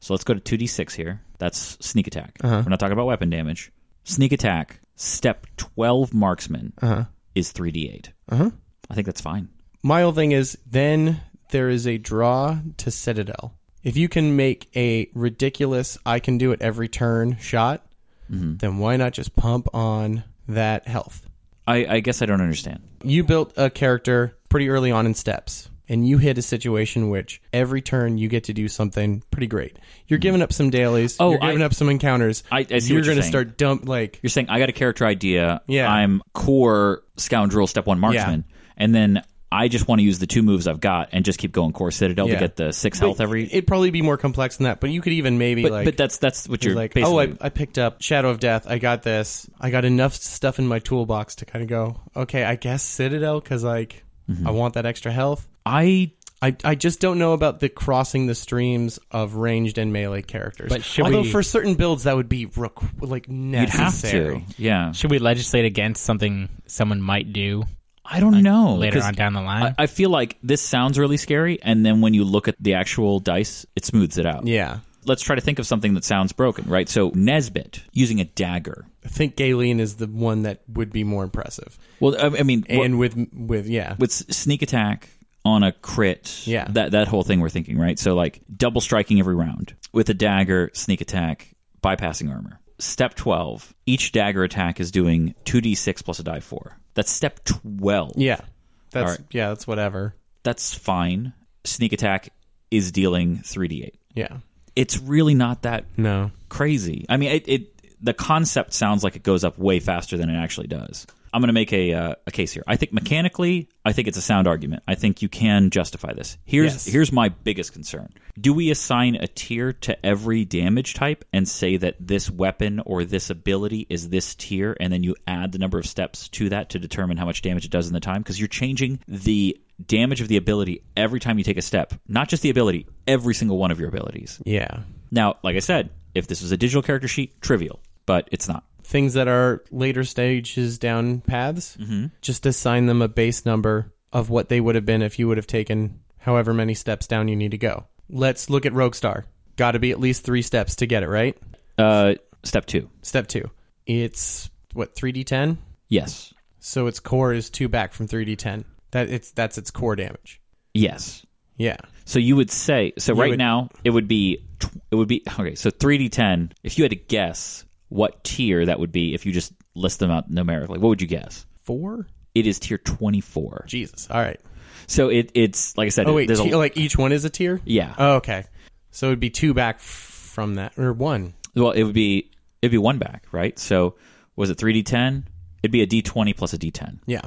So let's go to two d six here. That's sneak attack. Uh-huh. We're not talking about weapon damage. Sneak attack. Step twelve marksman Uh-huh. is three d eight. Uh-huh. I think that's fine. My whole thing is then there is a draw to Citadel. If you can make a ridiculous I can do it every turn shot, then why not just pump on that health? I, I guess I don't understand. You built a character pretty early on in steps and you hit a situation which every turn you get to do something pretty great. You're giving up some dailies, Oh, you're giving I- up some encounters. I- I see what you're you're gonna saying. start dump like You're saying I got a character idea. Yeah. I'm core scoundrel step one marksman, and then I just want to use the two moves I've got and just keep going core citadel Yeah. to get the six But health every. It'd probably be more complex than that, but you could even maybe but, like but that's that's what you're like, basically. oh, I, I picked up Shadow of Death. I got this. I got enough stuff in my toolbox to kind of go, okay, I guess Citadel because like Mm-hmm. I want that extra health. I I, I just don't know about the crossing the streams of ranged and melee characters. But should Although we- for certain builds that would be requ- like you'd have necessary. to. Yeah, Should we legislate against something someone might do I don't know. later 'cause on down the line? I, I feel like this sounds really scary, and then when you look at the actual dice, it smooths it out. Yeah, Let's try to think of something that sounds broken, right? So Nesbit using a dagger. I think Galen is the one that would be more impressive. Well, I, I mean, what- And with with yeah, with s- sneak attack on a crit. Yeah. That that whole thing we're thinking, right? So like double striking every round with a dagger, sneak attack, bypassing armor. step 12, each dagger attack is doing 2d6 plus a die 4. That's step 12. Yeah. That's All right. yeah, that's whatever. That's fine. Sneak attack is dealing 3d8. Yeah. It's really not that no crazy. I mean, it, it the concept sounds like it goes up way faster than it actually does. I'm going to make a uh, a case here. I think mechanically, I think it's a sound argument. I think you can justify this. Here's Yes. here's my biggest concern. Do we assign a tier to every damage type and say that this weapon or this ability is this tier and then you add the number of steps to that to determine how much damage it does in the time because you're changing the damage of the ability every time you take a step, not just the ability, every single one of your abilities. Yeah. Now, like I said, if this was a digital character sheet, trivial, but it's not. Things that are later stages down paths, Mm-hmm. just assign them a base number of what they would have been if you would have taken however many steps down you need to go. Let's look at Rogue Star. Got to be at least three steps to get it right. Uh, step two. Step two. It's what three d ten. Yes. So its core is two back from three d ten. That it's that's its core damage. Yes. Yeah. So you would say so You right would- now it would be tw- it would be okay. So three d ten. If you had to guess what tier that would be, if you just list them out numerically, what would you guess? Four. It is tier twenty four. Jesus. All right. So it it's like I said. Oh wait, there's a- tier- like each one is a tier. Yeah. Oh, okay. So it'd be two back f- from that, or one. well, it would be it'd be one back, right? So was it three d ten? It'd be a d twenty plus a d ten. Yeah.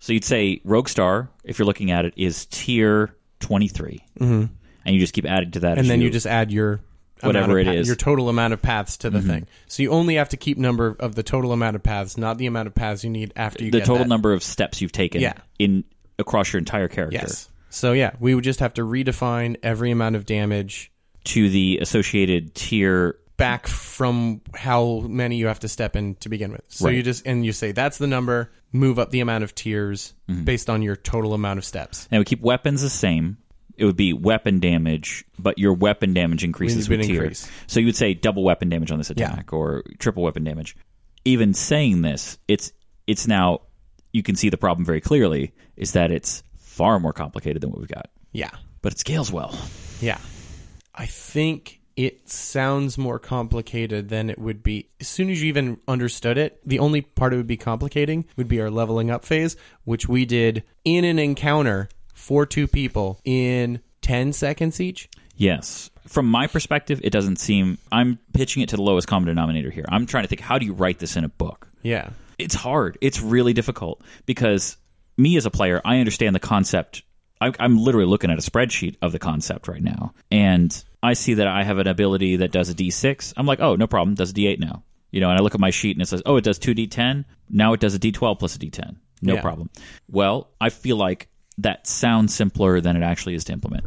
So you'd say Rogue Star, if you're looking at it, is tier 23. Mhm. And you just keep adding to that. as and then you just add your Whatever amount it of is. your total amount of paths to the Mhm. thing. So you only have to keep number of the total amount of paths, not the amount of paths you need after you the get total that. number of steps you've taken Yeah. in across your entire character Yes. So yeah, we would just have to redefine every amount of damage to the associated tier. back from how many you have to step in to begin with. So Right. you just and you say that's the number, move up the amount of tiers Mm-hmm. based on your total amount of steps. And we keep weapons the same. It would be weapon damage, but your weapon damage increases Would with tier. increase. So you would say double weapon damage on this attack or triple weapon damage. Even saying this, it's it's now you can see the problem very clearly is that it's far more complicated than what we've got. Yeah. But it scales well. Yeah. I think it sounds more complicated than it would be. As soon as you even understood it, the only part it would be complicating would be our leveling up phase, which we did in an encounter for two people in 10 seconds each. Yes. From my perspective, it doesn't seem. I'm pitching it to the lowest common denominator here. I'm trying to think how do you write this in a book? Yeah. It's hard. It's really difficult because me as a player, I understand the concept. I, I'm literally looking at a spreadsheet of the concept right now. And I see that I have an ability that does a D6. I'm like, oh, no problem. Does a D8 now. You know, and I look at my sheet and it says, oh, it does 2D10. Now it does a D12 plus a D10. No Yeah. problem. Well, I feel like that sounds simpler than it actually is to implement.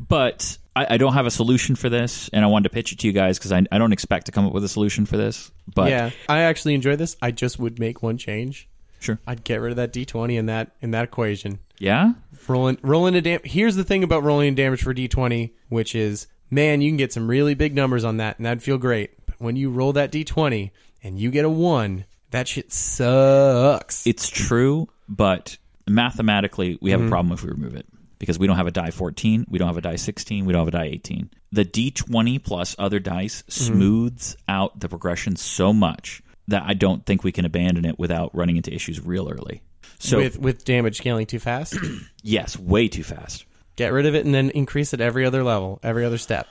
But I, I don't have a solution for this. And I wanted to pitch it to you guys because I, I don't expect to come up with a solution for this. But yeah, I actually enjoy this. I just would make one change. Sure. I'd get rid of that d20 in that in that equation. Yeah? Rolling rolling a dam- Here's the thing about rolling a damage for d20, which is man, you can get some really big numbers on that and that'd feel great. But when you roll that d20 and you get a 1, that shit sucks. It's true, but mathematically, we have Mhm. a problem if we remove it because we don't have a die 14, we don't have a die 16, we don't have a die 18. The d20 plus other dice smooths out the progression so much that I don't think we can abandon it without running into issues real early. So, with with damage scaling too fast, yes, way too fast. get rid of it and then increase it every other level, every other step.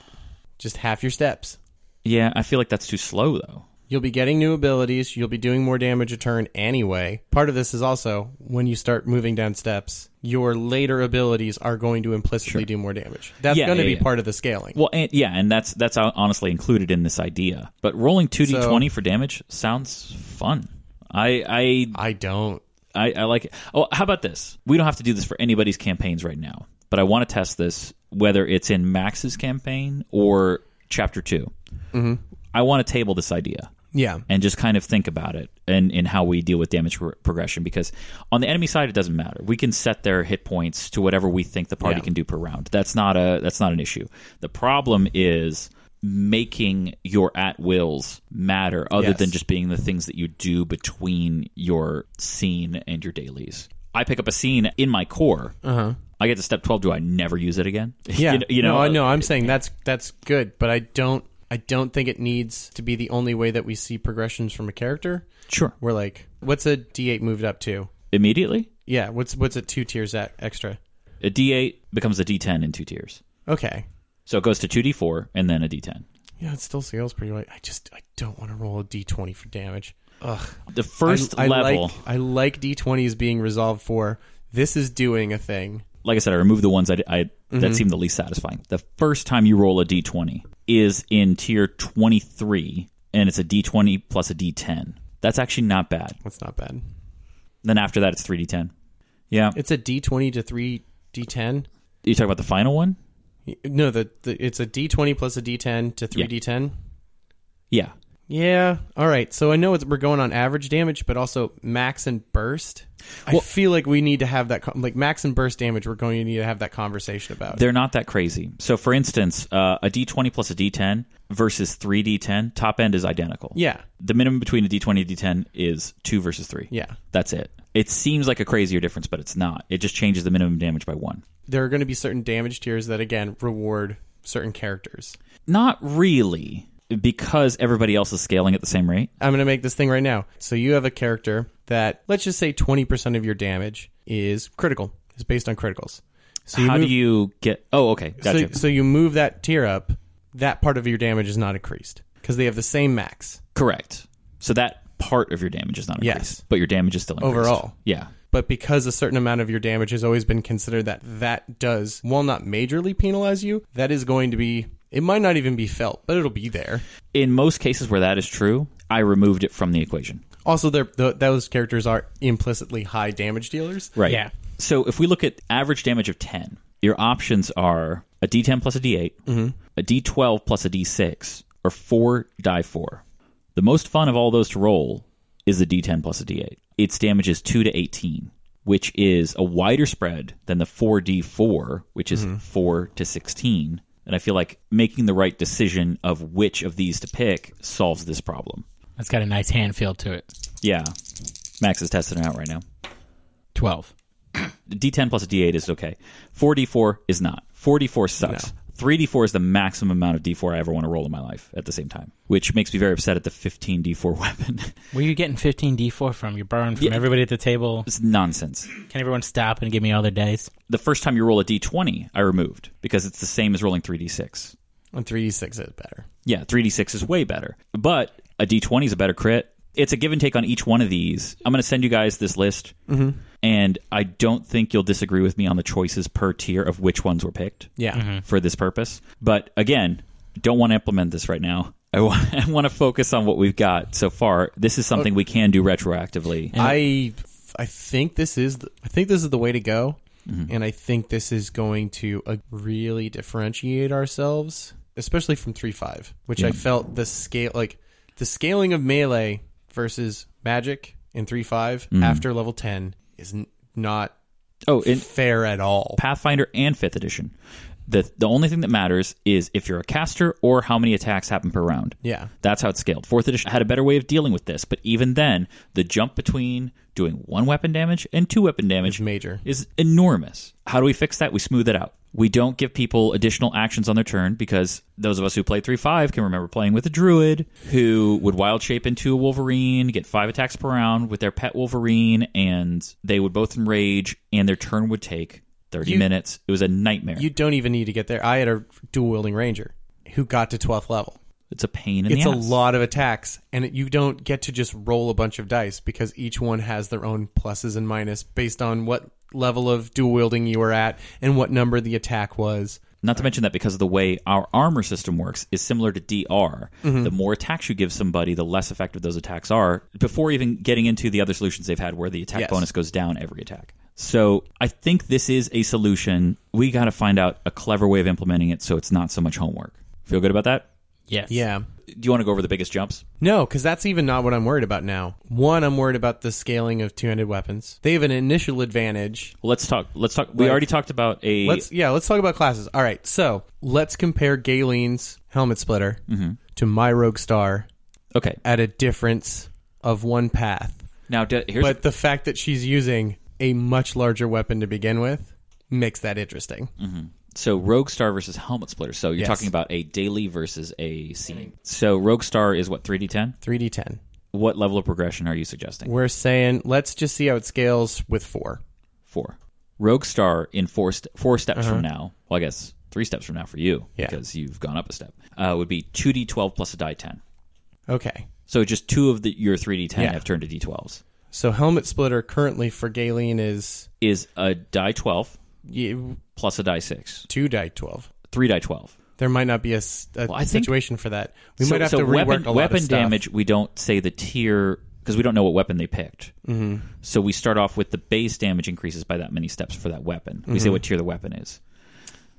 Just half your steps. Yeah, I feel like that's too slow, though. You'll be getting new abilities. You'll be doing more damage a turn anyway. Part of this is also when you start moving down steps, your later abilities are going to implicitly do more damage. That's Yeah, going to yeah, be yeah. part of the scaling. Well, and, yeah, and that's that's hon- honestly included in this idea. But rolling two d twenty So- for damage sounds fun. I I I don't. I, I like it. Oh, how about this? We don't have to do this for anybody's campaigns right now, but I want to test this whether it's in Max's campaign or Chapter 2 Mhm. I want to table this idea. Yeah. And just kind of think about it and in how we deal with damage pro- progression because on the enemy side it doesn't matter. We can set their hit points to whatever we think the party Yeah. can do per round. That's not a that's not an issue. The problem is making your at wills matter other Yes. than just being the things that you do between your scene and your dailies. I pick up a scene in my core. Uh-huh. I get to step 12 do I never use it again? Yeah. you know, you know no, I know. I'm saying that's that's good, but I don't. I I don't think it needs to be the only way that we see progressions from a character. Sure. We're like, what's a D8 moved up to? Immediately? Yeah. What's what's it two tiers at extra? A D8 becomes a D10 in two tiers. Okay. So it goes to 2D4 and then a D10. Yeah, it still scales pretty light. I just I don't want to roll a D20 for damage. Ugh. The first I, I level- Like, I like D20s being resolved for this is doing a thing. Like I said, I removed the ones I, I Mhm. that seemed the least satisfying. The first time you roll a D20 is in tier 23, and it's a D20 plus a D10. That's actually not bad. That's not bad. Then after that, it's 3D10. Yeah. It's a D20 to 3D10. You talk about the final one? No, the, the it's a D20 plus a D10 to 3D10. Yeah. Yeah. All right. So I know it's, we're going on average damage, but also max and burst. I feel like we need to have that con- like max and burst damage. We're going to need to have that conversation about. They're not that crazy. So, for instance, uh, a D20 plus a D10 versus 3D10, top end is identical. Yeah. The minimum between a D20 and D10 is 2 versus 3. Yeah. That's it. It seems like a crazier difference, but it's not. It just changes the minimum damage by one. There are going to be certain damage tiers that again reward certain characters. Not really, because everybody else is scaling at the same rate. I'm going to make this thing right now. So you have a character that let's just say 20% of your damage is critical. Is based on criticals. So How move- do you get. Oh, okay. Gotcha. So, so you move that tier up, that part of your damage is not increased because they have the same max. Correct. So that part of your damage is not increased, Yes. but your damage is still increased. Overall. Yeah. But because a certain amount of your damage has always been considered that that does, while not majorly penalize you, that is going to be, it might not even be felt, but it'll be there. In most cases where that is true, I removed it from the equation. Also, they're, th- those characters are implicitly high damage dealers. Right. So if we look at average damage of 10, your options are a D10 plus a D8, Mhm. a D12 plus a D6, or four die four. The most fun of all those to roll is the D10 plus a D8. Its damage is 2 to 18, which is a wider spread than the 4D4, which is Mhm. 4 to 16. And I feel like making the right decision of which of these to pick solves this problem. That's got a nice hand feel to it. Yeah. Max is testing it out right now. 12. D10 plus a D8 is okay. 4D4 is not. 4D4 sucks. 3D4 is the maximum amount of D4 I ever want to roll in my life at the same time, which makes me very upset at the 15D4 weapon. Where are you getting 15 D4 from? You're borrowing from Yeah. everybody at the table. It's nonsense. Can everyone stop and give me all their dice? the first time you roll a D20, I removed because it's the same as rolling 3D6. And 3d6 is better. Yeah, 3D6 is way better. But a D20 is a better crit. It's a give and take on each one of these. I'm going to send you guys this list, Mhm. and I don't think you'll disagree with me on the choices per tier of which ones were picked. Yeah. Mhm. for this purpose. But again, don't want to implement this right now. I want, I want to focus on what we've got so far. This is something we can do retroactively. I, I think this is, the, I think this is the way to go. And I think this is going to uh, really differentiate ourselves, especially from 3 5, which I Yeah. felt the scale, like the scaling of melee versus magic in 3 5 Mhm. after level 10 is n- not oh fair at all. Pathfinder and Fifth Edition. The the only thing that matters is if you're a caster or how many attacks happen per round. Yeah. That's how it's scaled. Fourth edition had a better way of dealing with this, but even then, the jump between doing one weapon damage and two weapon damage is major. Is enormous. How do we fix that? We smooth it out. We don't give people additional actions on their turn because those of us who played 3 5 can remember playing with a druid who would wild shape into a wolverine, get five attacks per round with their pet wolverine, and they would both enrage, and their turn would take 30 You- minutes. It was a nightmare. You don't even need to get there. I had a dual wielding ranger who got to 12th level. it's a pain in it's the a ass. lot of attacks, and it- you don't get to just roll a bunch of dice because each one has their own pluses and minus based on what level of dual wielding you were at and what number the attack was. Not to mention that because of the way our armor system works is similar to DR. Mhm. The more attacks you give somebody, the less effective those attacks are before even getting into the other solutions they've had where the attack Yes. bonus goes down every attack. So I think this is a solution. We got to find out a clever way of implementing it so it's not so much homework. Feel good about that? Yes. Yeah. Do you want to go over the biggest jumps? No, because that's even not what I'm worried about now. One, I'm worried about the scaling of two handed weapons. They have an initial advantage. Well, let's talk. Let's talk. We Like- already talked about a. Let's yeah, let's talk about classes. All right, so let's compare Galen's helmet splitter Mhm. to my Rogue Star. Okay, at a difference of one path. Now, d- here's but the fact that she's using a much larger weapon to begin with makes that interesting. Mhm. So Rogue Star versus Helmet Splitter. So you're Yes. talking about a daily versus a scene. So Rogue Star is what 3d10. 3d10. What level of progression are you suggesting? We're saying let's just see how it scales with four. Four. Rogue Star in four st- four steps Uh-huh. from now. Well, I guess three steps from now for you Yeah. because you've gone up a step. Uh, would be two d12 plus a die ten. Okay. So just two of the, your 3d10 Yeah. have turned to d12s. So helmet splitter currently for Galen is Is a die 12 plus a die 6. two die twelve. 3 die 12. There might not be a, s- a Well, I think- situation for that. We So- might have so to rework weapon, a lot weapon of stuff. damage. We don't say the tier because we don't know what weapon they picked. Mhm. So we start off with the base damage increases by that many steps for that weapon. We say Mhm. what tier the weapon is.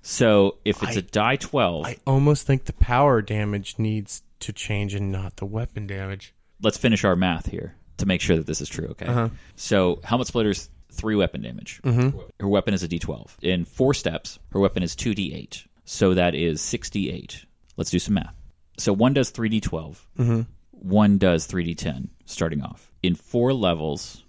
So if it's a I- die 12, I almost think the power damage needs to change and not the weapon damage. let's finish our math here to make sure that this is true, okay? Uh-huh. So helmet splitter's 3 weapon damage. Mhm. Her weapon is a d12. In 4 steps, her weapon is 2d8. So that is 6d8. Let's do some math. So one does 3d12. Mhm. One does 3d10 starting off. In 4 levels,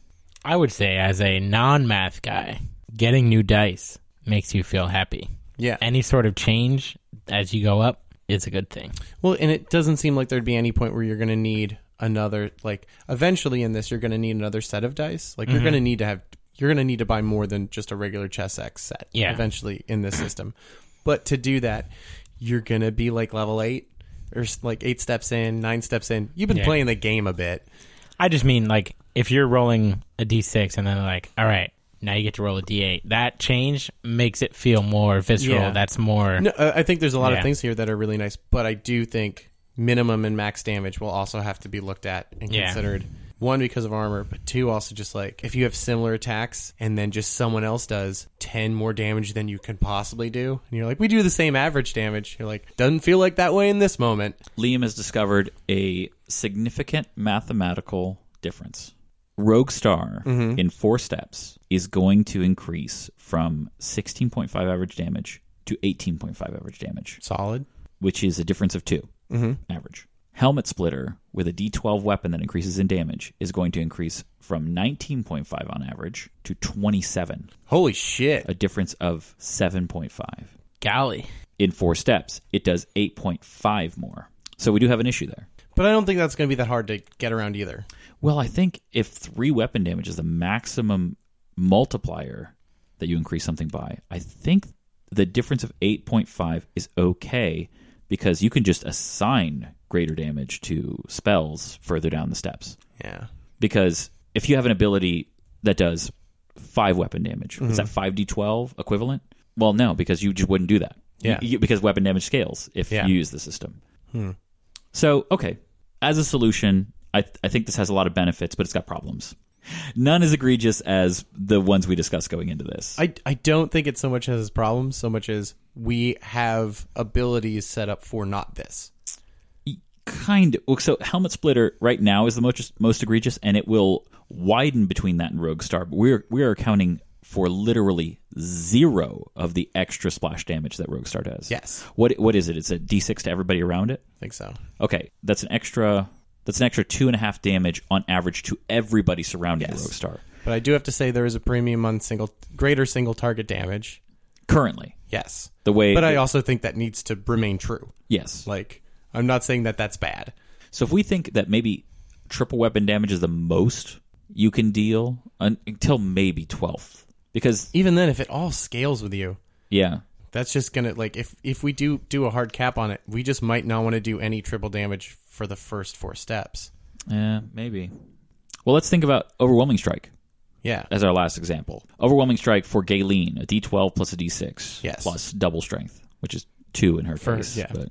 I would say, as a non math guy, getting new dice makes you feel happy. Yeah. Any sort of change as you go up is a good thing. Well, and it doesn't seem like there'd be any point where you're going to need another. Like, eventually in this, you're going to need another set of dice. Like, you're Mhm. going to need to have. You're going to need to buy more than just a regular chess X set. Yeah. Eventually in this system, but to do that, you're going to be like level eight or s- like eight steps in, nine steps in. You've been Yeah. playing the game a bit. I just mean, like, if you're rolling a d6 and then, like, all right, now you get to roll a d8, that change makes it feel more visceral. Yeah. That's more. No, I I think there's a lot Yeah. of things here that are really nice, but I do think minimum and max damage will also have to be looked at and Yeah. considered. One because of armor, but two also just like if you have similar attacks and then just someone else does ten more damage than you can possibly do, and you're like, we do the same average damage. You're like, doesn't feel like that way in this moment. Liam has discovered a significant mathematical difference. Rogue Star Mhm. in four steps is going to increase from 16.5 average damage to 18.5 average damage. Solid. Which is a difference of 2 Mhm. average. Helmet Splitter with a D12 weapon that increases in damage is going to increase from 19.5 on average to 27. Holy shit. A difference of 7.5 Golly. in four steps. It does 8.5 more. So we do have an issue there. But I don't think that's going to be that hard to get around either. Well, I think if three weapon damage is the maximum multiplier that you increase something by, I think the difference of 8.5 is okay because you can just assign greater damage to spells further down the steps. Yeah. Because if you have an ability that does five weapon damage, Mm-hmm. is that 5d12 equivalent? Well, no, because you just wouldn't do that. Yeah. You- you- because weapon damage scales if Yeah. you use the system. Hmm. So, okay, as a solution, I, I think this has a lot of benefits, but it's got problems. None as egregious as the ones we discussed going into this. I, I don't think it's so much as problems, so much as we have abilities set up for not this. Kind of. well, So, Helmet Splitter right now is the most, most egregious, and it will widen between that and Rogue Star. But we're, we are accounting for literally zero of the extra splash damage that Rogue Star does. Yes. What What is it? It's a D6 to everybody around it? I think so. Okay, that's an extra. That's an extra two and a half damage on average to everybody surrounding Yes. Rogue Star But I do have to say there is a premium on single greater single target damage. currently. Yes. The way, But I also think that needs to remain true. yes. Like I'm not saying that that's bad. So if we think that maybe triple weapon damage is the most you can deal un- until maybe 12th because Even then if it all scales with you, yeah, that's just going to like if if we do do a hard cap on it, we just might not want to do any triple damage for the first four steps. yeah, maybe. Well, let's think about overwhelming strike Yeah. as our last example. Overwhelming strike for Galen, a d12 plus a d6 Yes. plus double strength, which is 2 in her For- case, yeah. but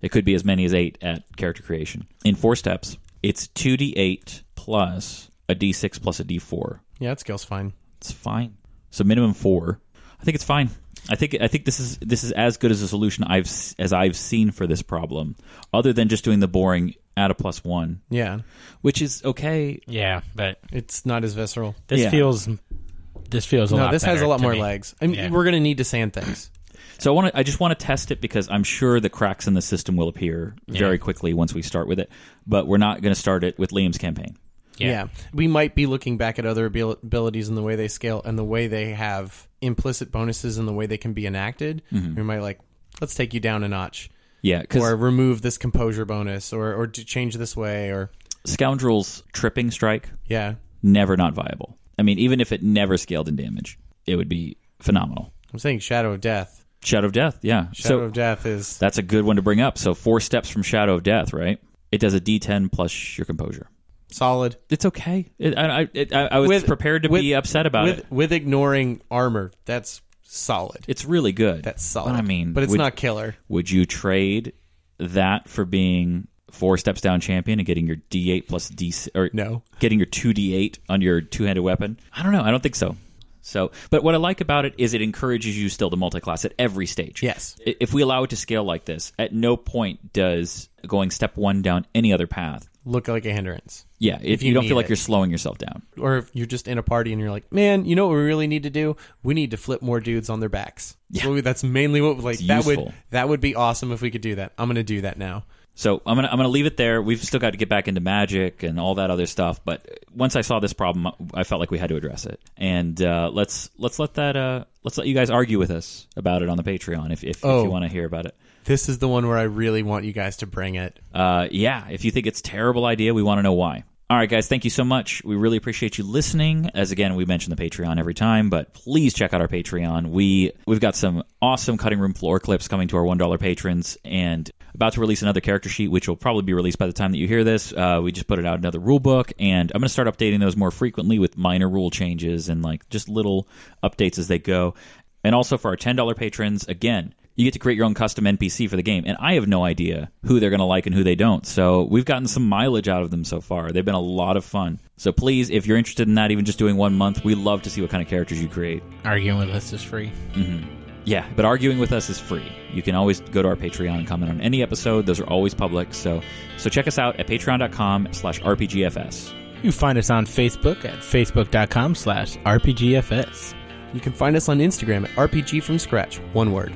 it could be as many as 8 at character creation. In 4 steps, it's 2d8 plus a d6 plus a d4. Yeah, that scales fine. It's fine. So minimum four. I think it's fine. I think I think this is this is as good as a solution I've s- as I've seen for this problem, other than just doing the boring add a plus one, Yeah. which is okay. Yeah, but It's not as visceral. this Yeah. feels. This feels a no, lot this has better a lot to more me. legs. I mean, Yeah. we're going to need to sand things. So I want to I just want to test it because I'm sure the cracks in the system will appear very quickly once we start with it. But we're not going to start it with Liam's campaign. Yeah. We might be looking back at other abil- abilities and the way they scale and the way they have implicit bonuses in the way they can be enacted. Mhm. We might like let's take you down a notch. Yeah, 'cause- or remove this composure bonus, or or to change this way, or Scoundrel's tripping strike. Yeah. Never not viable. I mean, even if it never scaled in damage, it would be phenomenal. I'm saying Shadow of Death. Shadow of Death, yeah. Shadow so of Death is that's a good one to bring up. So four steps from Shadow of Death, right? It does a D10 plus your composure. solid. It's okay. It, I, I, it, I, I was prepared to be upset about with, it. with ignoring armor. That's solid. It's really good. That's solid. But I mean, but it's would- not killer. Would you trade that for being four steps down champion and getting your D8 plus D or no getting your two D8 on your two handed weapon? I don't know. I don't think so. So, but what I like about it is it encourages you still to multi-class at every stage. Yes. I- If we allow it to scale like this, at no point does going step one down any other path. Look like a hindrance. Yeah, if, you, don't need feel like it. you're slowing yourself down. or if you're just in a party and you're like, man, you know what we really need to do? We need to flip more dudes on their backs. Yeah. That's mainly what like It's that would useful. that would be awesome if we could do that. I'm gonna do that now. So I'm gonna I'm gonna leave it there. We've still got to get back into magic and all that other stuff. But once I saw this problem, I felt like we had to address it. And uh, let's let's let that uh, let's let you guys argue with us about it on the Patreon if if, if Oh. you want to hear about it. This is the one where I really want you guys to bring it. Uh, yeah, if you think it's a terrible idea, we want to know why. All right, guys, thank you so much. We really appreciate you listening. As again, we mention the Patreon every time, but please check out our Patreon. We we've got some awesome cutting room floor clips coming to our one dollar patrons, and about to release another character sheet, which will probably be released by the time that you hear this. Uh, we just put it out another rule book, and I'm going to start updating those more frequently with minor rule changes and like just little updates as they go. And also for our $10 patrons, again, you get to create your own custom NPC for the game. And I have no idea who they're going to like and who they don't. So we've gotten some mileage out of them so far. They've been a lot of fun. So please, if you're interested in that, even just doing one month, we love to see what kind of characters you create. Arguing with us is free. hmm Yeah, but arguing with us is free. You can always go to our Patreon and comment on any episode. Those are always public. So so check us out at patreon.com slash RPGFS. You find us on Facebook at facebook.com slash RPGFS. You can find us on Instagram at RPG from scratch, one word.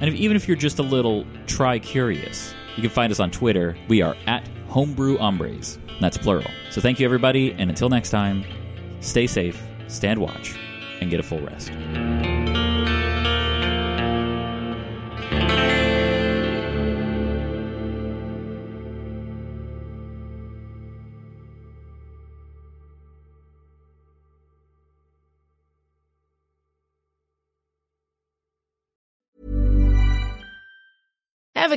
And if, even if you're just a little try curious, you can find us on Twitter. We are at Homebrew Hombres. That's plural. So thank you, everybody. And until next time, stay safe, stand watch, and get a full rest. Ever